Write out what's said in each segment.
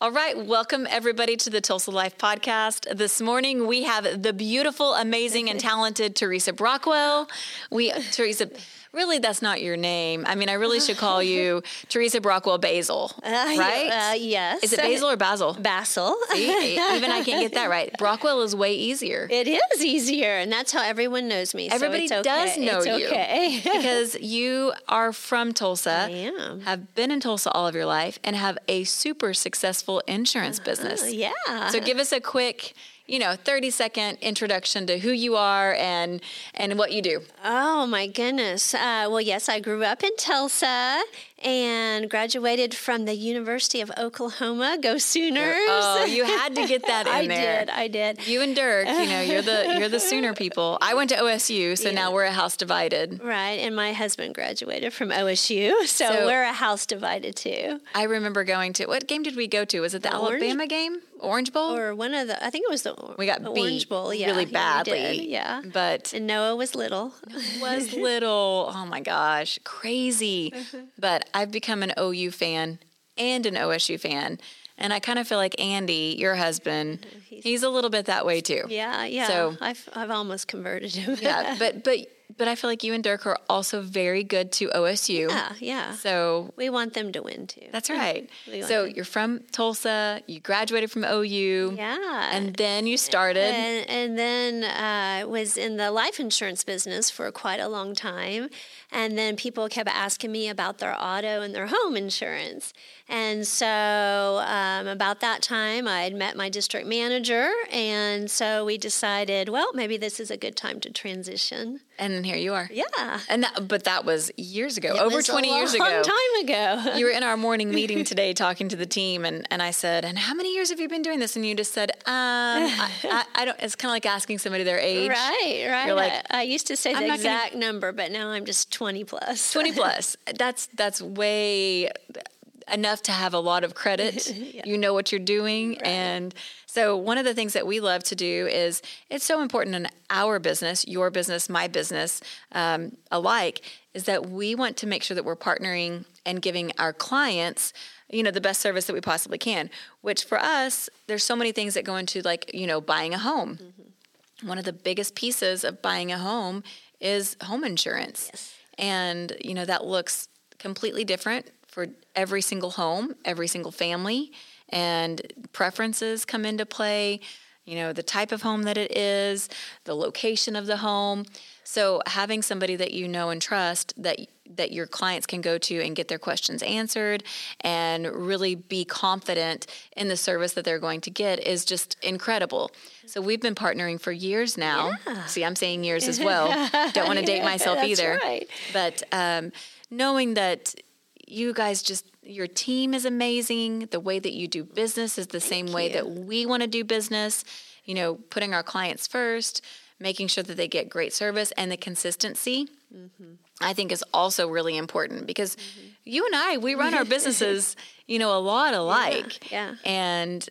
All right, welcome everybody to the Tulsa Life Podcast. This morning we have the beautiful, amazing, and talented Teresa Brockwell. We Teresa, really that's not your name. I mean, I really should call you Teresa Brockwell Basil, Uh, right? Uh, yes. Is it Basil or Basil? Basil. See, even I can't get that right. Brockwell is way easier. It is easier, and that's how everyone knows me. so Everybody it's okay. does know it's you Okay. because you are from Tulsa, I am. have been in Tulsa all of your life, and have a super successful insurance Uh-huh. business. Oh, yeah. So give us a quick, you know, 30 second introduction to who you are and and what you do. Oh my goodness. Uh, well, yes, I grew up in Tulsa and graduated from the University of Oklahoma. Go Sooners! Oh, you had to get that in I there. did. I did. You and Dirk, you know, you're the you're the Sooner people. I went to OSU, so now we're a house divided. Right, and my husband graduated from OSU, so, So- we're a house divided too. I remember going to what game did we go to? Was it the Orange- Alabama game? Orange Bowl? Or one of the, I think it was the we got beat Orange Bowl, yeah, really yeah, we badly. did, yeah. But And Noah was little. was Mm-hmm. little. Oh my gosh, crazy. But I've become an OU fan and an OSU fan. And I kind of feel like Andy, your husband, he's a little bit that way too. Mm-hmm. Yeah, yeah. So- I've I've almost converted him. Yeah, but but but I feel like you and Dirk are also very good to OSU. yeah, yeah. So We want them to win too. that's right. We like so you're from Tulsa, you graduated from OU. yeah. And then you started and, and then uh, was in the life insurance business for quite a long time. And then people kept asking me about their auto and their home insurance. And so, um, about that time, I had met my district manager. And so, we decided, well, maybe this is a good time to transition. and then here you are. Yeah. And that but that was years ago, It over was a 20 years ago. long time ago. you were in our morning meeting today talking to the team and, and i said and how many years have you been doing this and you just said um I, I, I don't it's kind of like asking somebody their age Right, right. You're like, I, I used to say "I'm the not gonna- exact number, but now I'm just 20 plus. 20 plus that's that's way enough to have a lot of credit you know what you're doing and so one of the things that we love to do is it's so important in our business your business my business um, alike is that we want to make sure that we're partnering and giving our clients you know the best service that we possibly can which for us there's so many things that go into like you know buying a home one of the biggest pieces of buying a home is home insurance. And, you know, that looks completely different for every single home, every single family, and preferences come into play, you know, the type of home that it is, the location of the home. So having somebody that you know and trust that that your clients can go to and get their questions answered and really be confident in the service that they're going to get is just incredible. So we've been partnering for years now. See, I'm saying years as well. Don't want to date myself That's either. right. But um, knowing that you guys just your team is amazing. The way that you do business is the same way that we want to do business. You know, putting our clients first, making sure that they get great service and the consistency. I think is also really important because Mm-hmm. you and I we run our businesses, you know, a lot alike. yeah. And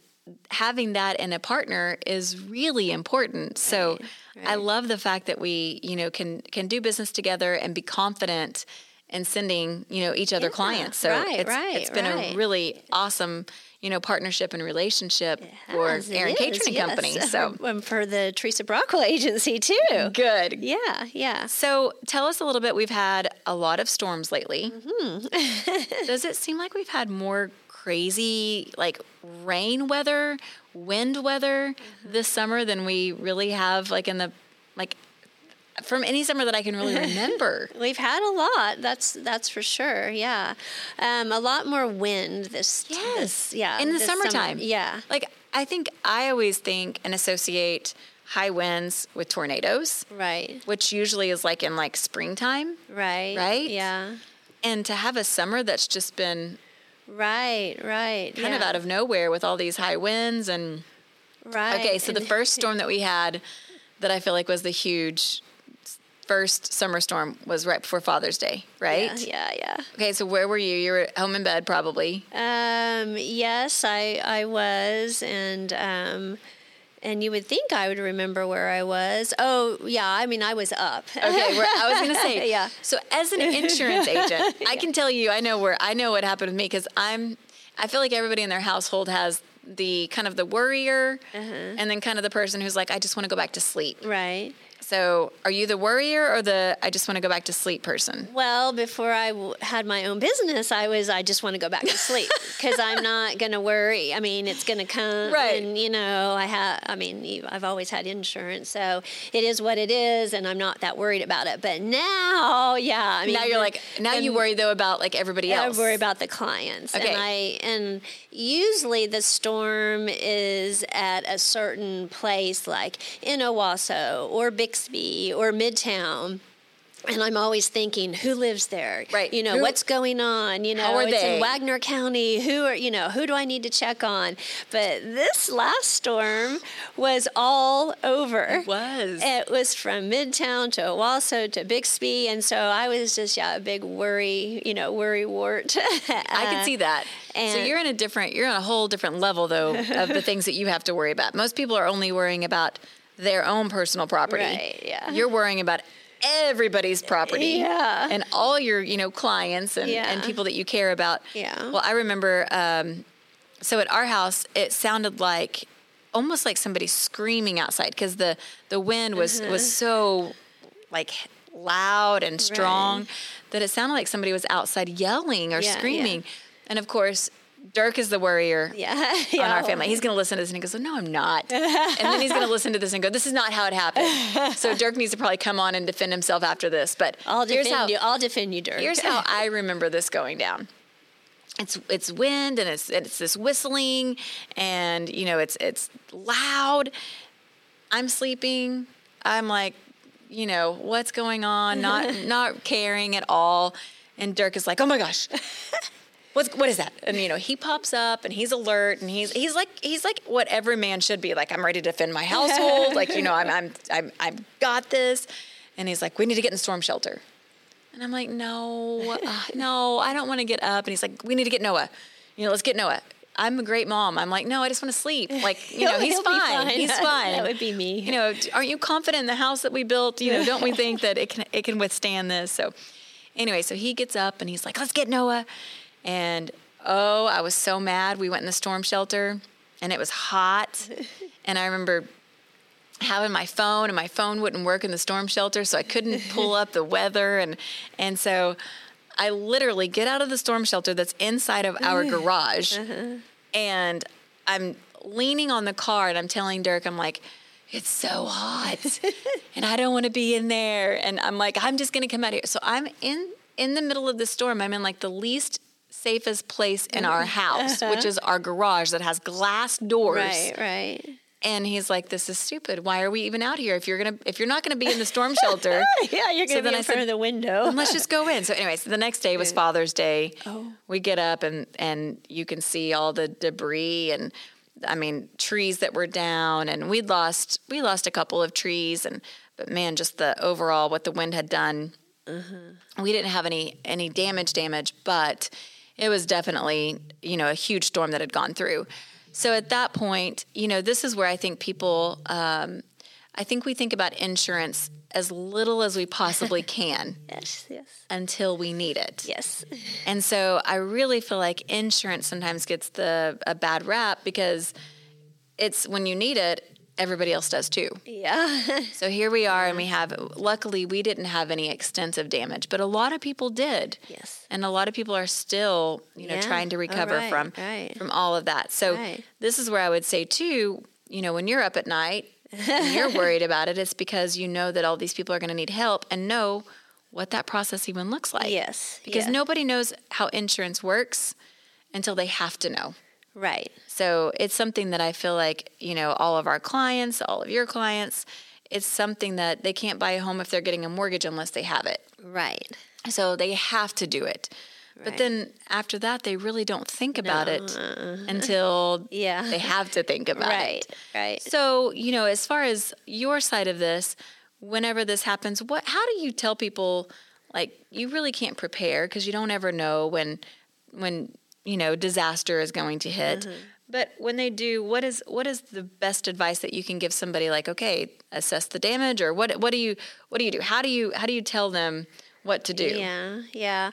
having that in a partner is really important. So I love the fact that we, you know, can can do business together and be confident in sending, you know, each other clients. So right, it's, right, it's been right. a really awesome, you know, partnership and relationship for Yes, it Aaron is, Catron and yes. Company. So and for the Teresa Brockwell agency too. good, Yeah, yeah. So tell us a little bit. We've had a lot of storms lately. Mm-hmm. Does it seem like we've had more crazy, like rain weather, wind weather Mm-hmm. this summer than we really have, like in the, like from any summer that I can really remember? We've had a lot. That's that's for sure. Yeah, um, a lot more wind this. this- yeah. In the this summer. summertime. Yeah. Like I think I always think and associate high winds with tornadoes, Right. which usually is like in like springtime. Right. Right? Yeah. And to have a summer that's just been Right. Right. kind of out of nowhere with all these high winds and of right. okay so the and- first storm that we had that i feel like was the huge s- first summer storm was right before father's day right Yeah. Yeah. yeah. okay so where were you you were at home in bed probably Um, yes, I I was, and um, and you would think I would remember where I was. Oh, yeah. I mean, I was up. okay where i was gonna say Yeah. so as an insurance agent i can tell you i know where i know what happened with me because i'm I feel like everybody in their household has the kind of the worrier Uh-huh. and then kind of the person who's like, I just want to go back to sleep. Right. So are you the worrier or the I just want to go back to sleep person? Well, before I w- had my own business, I was I just want to go back to sleep because I'm not going to worry. I mean, it's going to come, Right. And you know, I have. I mean, you- I've always had insurance, so it is what it is, and I'm not that worried about it. But now, yeah, I mean, Now you're the- like now you the- worry though about like everybody I else. worry about the clients. Okay. And I and usually the storm is at a certain place like in Owasso or Bixby or Midtown. And I'm always thinking, who lives there? Right. You know, Who- what's going on? You know, How are it's they? in Wagner County. Who are you know, who do I need to check on? But this last storm was all over. It was. It was from Midtown to Owasso to Bixby, and so I was just yeah a big worry, you know, worry wart. I can see that. so and- you're in a different, you're on a whole different level though of the things that you have to worry about. Most people are only worrying about their own personal property. Right, yeah. You're worrying about everybody's property. Yeah. And all your, you know, clients and, and Yeah. people that you care about. Yeah. Well, I remember, um, so at our house, it sounded like almost like somebody screaming outside because the, the wind was, Mm-hmm. was so like loud and strong that it sounded like somebody was outside yelling or Yeah, yeah. screaming. And of course, Dirk is the worrier yeah, on yeah. our family. He's going to listen to this and he goes, No, I'm not. and then he's going to listen to this and go, This is not how it happened. So Dirk needs to probably come on and defend himself after this. But I'll here's defend how, you. I'll defend you, Dirk. Here's how I remember this going down. It's it's wind and it's it's this whistling and you know it's it's loud. I'm sleeping. I'm like, you know, what's going on? Not not caring at all. And Dirk is like, oh my gosh. What's, what is that? And you know he pops up and he's alert and he's he's like he's like what every man should be like I'm ready to defend my household like you know I'm I'm I'm I've got this, and he's like we need to get in storm shelter. And I'm like, no, uh, no, I don't want to get up. And he's like, we need to get Noah. You know, let's get Noah. I'm a great mom. I'm like, no, I just want to sleep. Like, you know, He'll- he's he'll be fine. fine. He's That fine. would be me. You know, d- aren't you confident in the house that we built? You know, don't we think that it can it can withstand this? So, anyway, so he gets up and he's like, let's get Noah. And oh, I was so mad. We went in the storm shelter, and it was hot. And I remember having my phone and my phone wouldn't work in the storm shelter so I couldn't pull up the weather and and so I literally get out of the storm shelter that's inside of our garage and I'm leaning on the car and I'm telling Dirk I'm like it's so hot and I don't want to be in there and I'm like I'm just going to come out here so I'm in in the middle of the storm I'm in like the least safest place in our house which is our garage that has glass doors right, right. and he's like, "This is stupid. Why are we even out here if you're gonna if you're not gonna be in the storm shelter?" Yeah, you're gonna be then in I front said- of the window. "Then Let's just go in. So anyway, so the next day was Father's Day. Oh. We get up and and you can see all the debris and I mean trees that were down and we'd lost we lost a couple of trees and but man, just the overall what the wind had done. We didn't have any any damage damage, but it was definitely, you know, a huge storm that had gone through. So at that point, you know, this is where I think people um, I think we think about insurance as little as we possibly can Yes, yes, until we need it. yes. And so I really feel like insurance sometimes gets the a bad rap because it's when you need it, everybody else does too. Yeah, So here we are and we have luckily we didn't have any extensive damage, but a lot of people did. Yes. And a lot of people are still, you know, Yeah. trying to Oh, recover right, from right. from all of that. So Right. this is where I would say too, you know, when you're up at night and you're worried about it, it's because you know that all these people are going to need help and know what that process even looks like yes. because yeah. nobody knows how insurance works until they have to know. right. So it's something that I feel like, you know, all of our clients, all of your clients, it's something that they can't buy a home if they're getting a mortgage unless they have it. Right. So they have to do it. But Right. then after that, they really don't think about it until Yeah. they have to think about Right. it. Right. So, you know, as far as your side of this, whenever this happens, what how do you tell people like you really can't prepare because you don't ever know when when, you know, disaster is going to hit. Mm-hmm. But when they do, what is what is the best advice that you can give somebody like, okay, assess the damage or what what do you what do you do? How do you how do you tell them what to do? Yeah, yeah.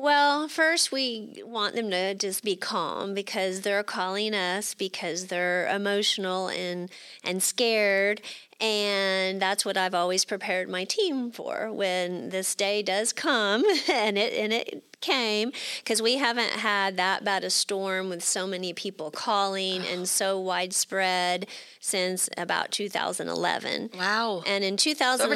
Well, first, we want them to just be calm because they're calling us because they're emotional and, and scared. And that's what I've always prepared my team for when this day does come and it, and it came because we haven't had that bad a storm with so many people calling and so widespread since about 2011. Wow. And in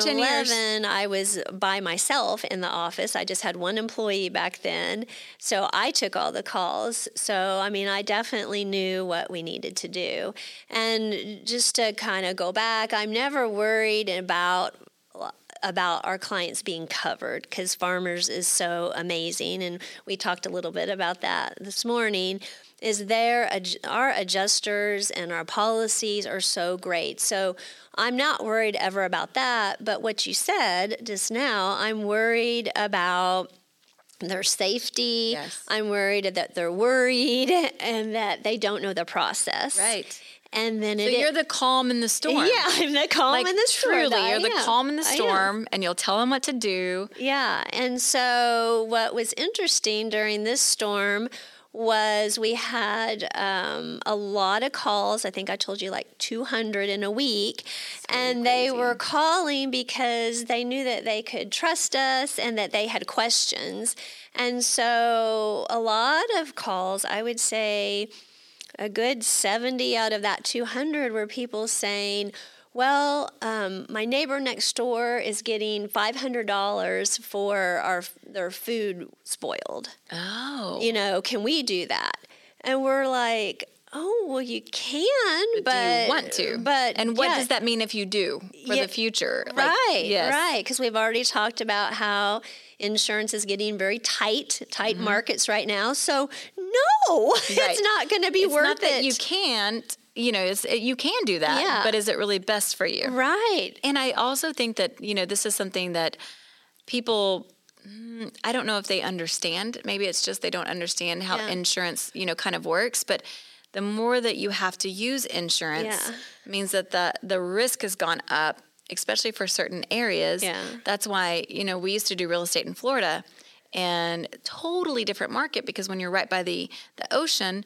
2011, I was by myself in the office. I just had one employee back then. So I took all the calls. So, I mean, I definitely knew what we needed to do. And just to kind of go back, I'm never worried about about our clients being covered because farmers is so amazing and we talked a little bit about that this morning is there our adjusters and our policies are so great so i'm not worried ever about that but what you said just now i'm worried about their safety. Yes. I'm worried that they're worried and that they don't know the process. Right. And then So it, you're the calm in the storm. yeah, I'm the calm Like, in the storm. Truly, I you're the am. calm in the I am. storm, and you'll tell them what to do. Yeah. And so, what was interesting during this storm was we had um, a lot of calls. I think I told you like 200 in a week. and they were calling because they knew that they could trust us and that they had questions. And so, a lot of calls, I would say, a good 70 out of that 200 were people saying, well, um, my neighbor next door is getting $500 for our, their food spoiled. Oh. You know, can we do that? And we're like, oh, well, you can, but. do you want to? But. and what yeah. does that mean if you do for Yeah. the future? Like, Right, yes. right. Because we've already talked about how insurance is getting very tight, tight markets right now. So, no, Mm-hmm. Right. it's not going to be It's worth not that it. you can't. You know, it's, you can do that, Yeah. but is it really best for you? Right. And I also think that, you know, this is something that people, mm, I don't know if they understand. Maybe it's just they don't understand how Yeah. insurance, you know, kind of works. But the more that you have to use insurance Yeah. means that the, the risk has gone up, especially for certain areas. Yeah. That's why, you know, we used to do real estate in Florida and totally different market because when you're right by the, the ocean,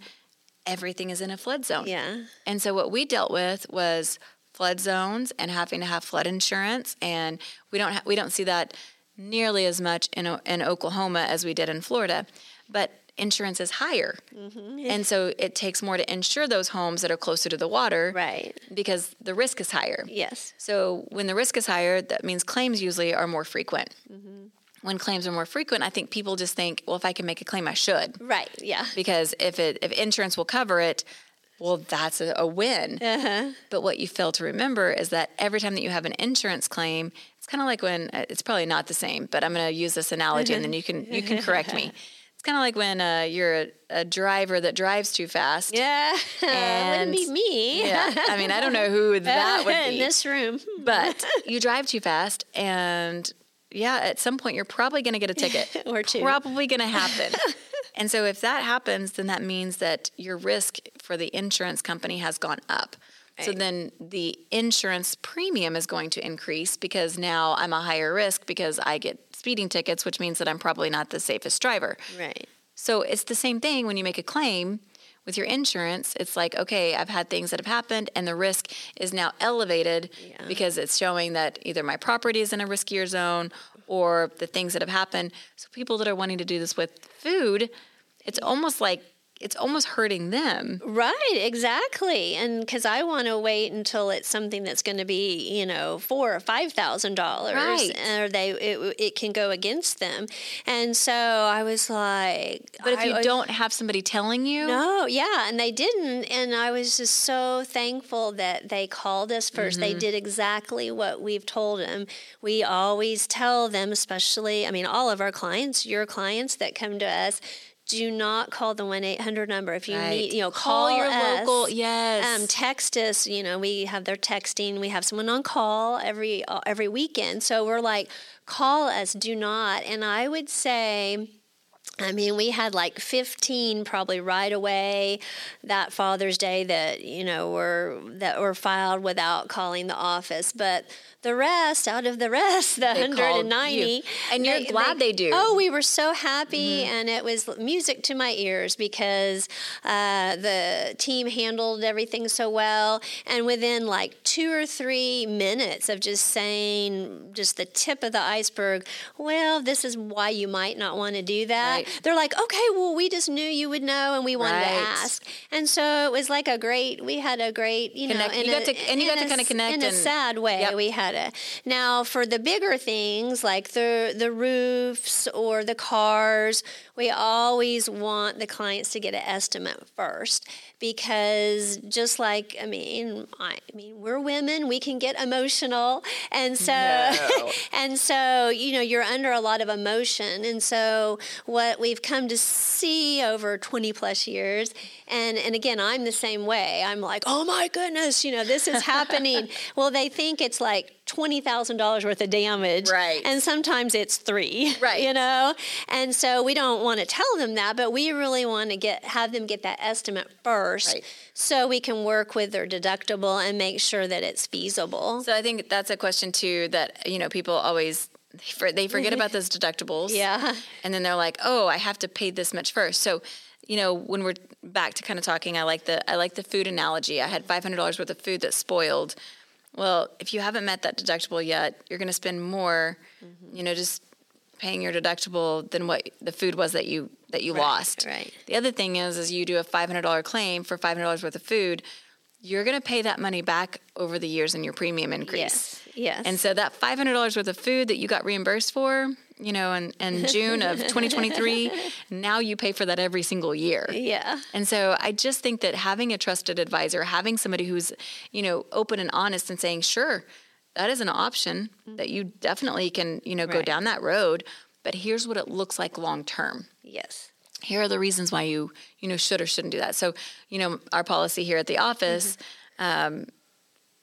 everything is in a flood zone. Yeah. And so what we dealt with was flood zones and having to have flood insurance, and we don't ha- we don't see that nearly as much in O- in Oklahoma as we did in Florida, but insurance is higher, Mm-hmm. and so it takes more to insure those homes that are closer to the water, Right. Because the risk is higher. Yes. So when the risk is higher, that means claims usually are more frequent. Mm-hmm. When claims are more frequent, I think people just think, well, if I can make a claim, I should Right. Yeah. because if it if insurance will cover it well that's a, a win but what you fail to remember is that every time that you have an insurance claim it's kind of like when uh, it's probably not the same but i'm going to use this analogy and then you can you can correct me it's kind of like when uh, you're a, a driver that drives too fast Yeah. And- Wouldn't be me. yeah i mean i don't know who that would in be this room. Hmm. but you drive too fast and yeah at some point you're probably going to get a ticket Or two. probably going to happen and so if that happens then that means that your risk for the insurance company has gone up so Right. then the insurance premium is going to increase because now i'm a higher risk because i get speeding tickets which means that i'm probably not the safest driver Right. so it's the same thing when you make a claim with your insurance. It's like, okay, I've had things that have happened, and the risk is now elevated Yeah. because it's showing that either my property is in a riskier zone or the things that have happened. So people that are wanting to do this with food, it's almost like it's almost hurting them. Right, exactly. And because I want to wait until it's something that's going to be, you know, four or five thousand dollars, Right. or they it, it can go against them. And so I was like, But if I- you I- don't have somebody telling you, No, yeah, and they didn't. And I was just so thankful that they called us 1st They Mm-hmm. did exactly what we've told them. We always tell them, especially, I mean, all of our clients, your clients that come to us, do not call the 1 800 number. If you Right. need, you know, Call call, your us. local- yes. Um, text us. You know, we have their texting. We have someone on call every uh, every weekend. So we're like, call us, do not. And I would say I mean, we had like 15 probably right away that Father's Day that, you know, were that were filed without calling the office, but the rest out of the rest, the They 190, called you. And you're glad they do. Oh, we were so happy Mm-hmm. and it was music to my ears because uh, the team handled everything so well and within like 2 or 3 minutes of just saying just the tip of the iceberg, well, this is why you might not want to do that that. Right. They're like, okay, well, we just knew you would know, and we wanted Right. to ask. And so it was like a great. We had a great, you Connect- know, in you got a- to- and you in got to a kinda s- connect in a and- sad way. Yep. We had a now for the bigger things like the the roofs or the cars. We always want the clients to get an estimate first because just like I mean, I, I mean, we're women. We can get emotional, and so No. and so, you know, you're under a lot of emotion. And so, what we've come to see over 20 plus years, and, and again, I'm the same way. I'm like, oh my goodness, you know, this is happening. well, they think it's like $20,000 worth of damage. Right. And sometimes it's three. Right. You know? And so, we don't want to tell them that, but we really want to get have them get that estimate first. Right. So we can work with their deductible and make sure that it's feasible. So I think that's a question too that you know people always they for- they forget about those deductibles. Yeah. and then they're like, oh, I have to pay this much first. So you know when we're back to kind of talking, I like the I like the food analogy. I had five hundred dollars worth of food that spoiled. Well, if you haven't met that deductible yet, you're going to spend more. Mm-hmm. You know, just paying your deductible than what the food was that you that you lost. right. The other thing is, is you do a five hundred dollar claim for five hundred dollars worth of food, you're going to pay that money back over the years in your premium increase. Yes. Yes. And so that five hundred dollars worth of food that you got reimbursed for, you know, in, in June of 2023, now you pay for that every single year. yeah. And so I just think that having a trusted advisor, having somebody who's, you know, open and honest and saying, sure, that is an option that you definitely can, you know, go Right. down that road, but here's what it looks like long term Yes. here are the reasons why you you know should or shouldn't do that so you know our policy here at the office um,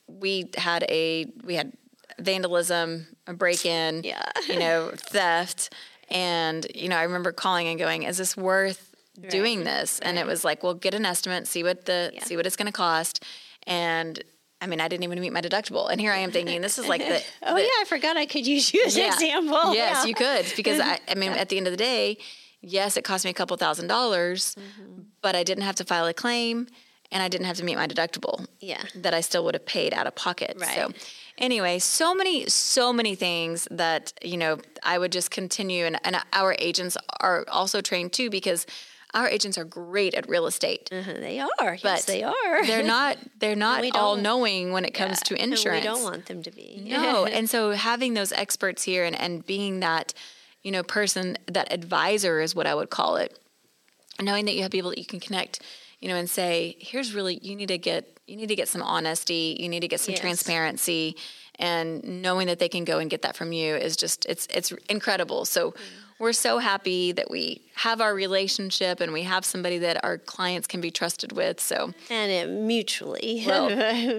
we had a we had vandalism a break-in Yeah. you know theft and you know i remember calling and going is this worth doing this and it was like well get an estimate see what the Yeah. see what it's going to cost and i mean i didn't even meet my deductible and here i am thinking this is like the Oh yeah, I forgot I could use you as an Yes, example. yeah. Mm-hmm. you could because I, I mean, at the end of the day, yes, it cost me a couple thousand dollars, Mm-hmm. but I didn't have to file a claim and I didn't have to meet my deductible. Yeah. that I still would have paid out of pocket. So, Right. anyway, so many, so many things that you know I would just continue, and, and our agents are also trained too because our agents are great at real estate. Uh-huh, they are. But yes, they are. They're not. They're not we all don't- knowing when it comes to insurance. We don't want them to be. No. and so having those experts here and, and being that, you know, person, that advisor is what I would call it. Knowing that you have people that you can connect, you know, and say, here's really you need to get you need to get some honesty, you need to get some Yes. transparency and knowing that they can go and get that from you is just it's it's incredible. So we're so happy that we have our relationship and we have somebody that our clients can be trusted with. So And it mutually. Well,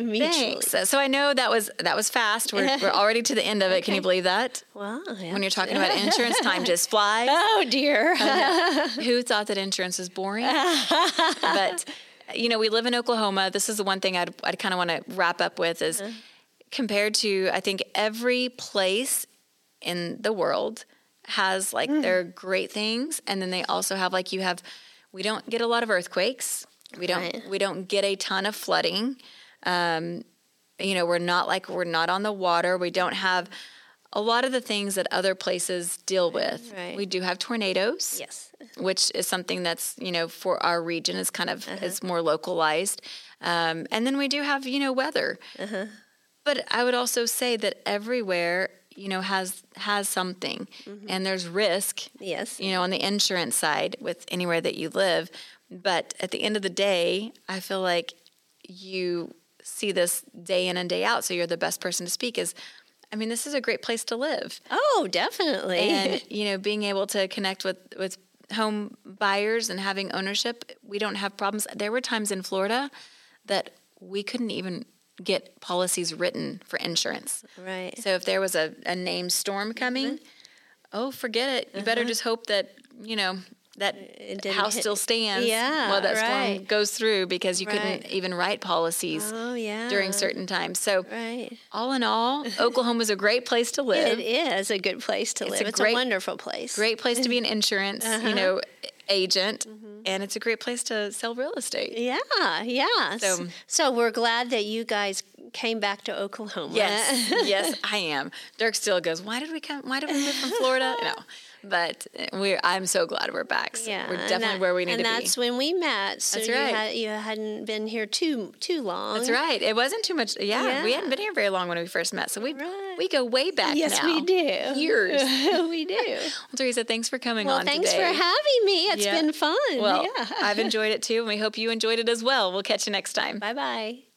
mutually. Thanks. So I know that was that was fast. We're, we're already to the end of it. Can you believe that? Wow. When you're talking about insurance, time just flies. Oh dear. Who thought that insurance was boring? but you know, we live in Oklahoma. This is the one thing I'd I'd kind of want to wrap up with is Uh-huh. compared to I think every place in the world has like Mm. their great things and then they also have like you have we don't get a lot of earthquakes. We don't Right. we don't get a ton of flooding. Um, you know, we're not like we're not on the water. We don't have a lot of the things that other places deal with. Right. We do have tornadoes yes. which is something that's you know for our region is kind of is more localized um, and then we do have you know weather but i would also say that everywhere you know has has something and there's risk Yes. you know on the insurance side with anywhere that you live but at the end of the day i feel like you see this day in and day out so you're the best person to speak is i mean this is a great place to live Oh, definitely. and you know being able to connect with with home buyers and having ownership we don't have problems there were times in florida that we couldn't even get policies written for insurance right. Mm-hmm. so if there was a, a named storm coming oh forget it you better just hope that you know, that It didn't house hit- still stands Yeah, while that storm right. goes through because you couldn't Right. even write policies Oh yeah. during certain times. So, Right. all in all, Oklahoma is a great place to It live. is a good place to It's live. a it's great- a wonderful place. Great place to be an insurance, you Uh-huh. Mm-hmm. know, agent, and it's a great place to sell real estate. Yeah, yeah. So- So, so we're glad that you guys came back to Oklahoma. Yes, yes, I am. Dirk still goes, "Why did we come? Why did we move from Florida?" No, but we. I'm so glad we're back. So yeah, we're and definitely that- where we need and to that's be. when we met. So That's you, right. had, you hadn't been here too too long. That's right. It wasn't too much. Yeah, we Yeah. hadn't been here very long when we first met, so we Right. we go way back. Yes, now. we do. Years. we do. Well, Teresa, thanks for coming Well, on. thanks for today. having me. It's Yeah. been fun. Well, yeah. I've enjoyed it too, and we hope you enjoyed it as well. We'll catch you next time. Bye bye.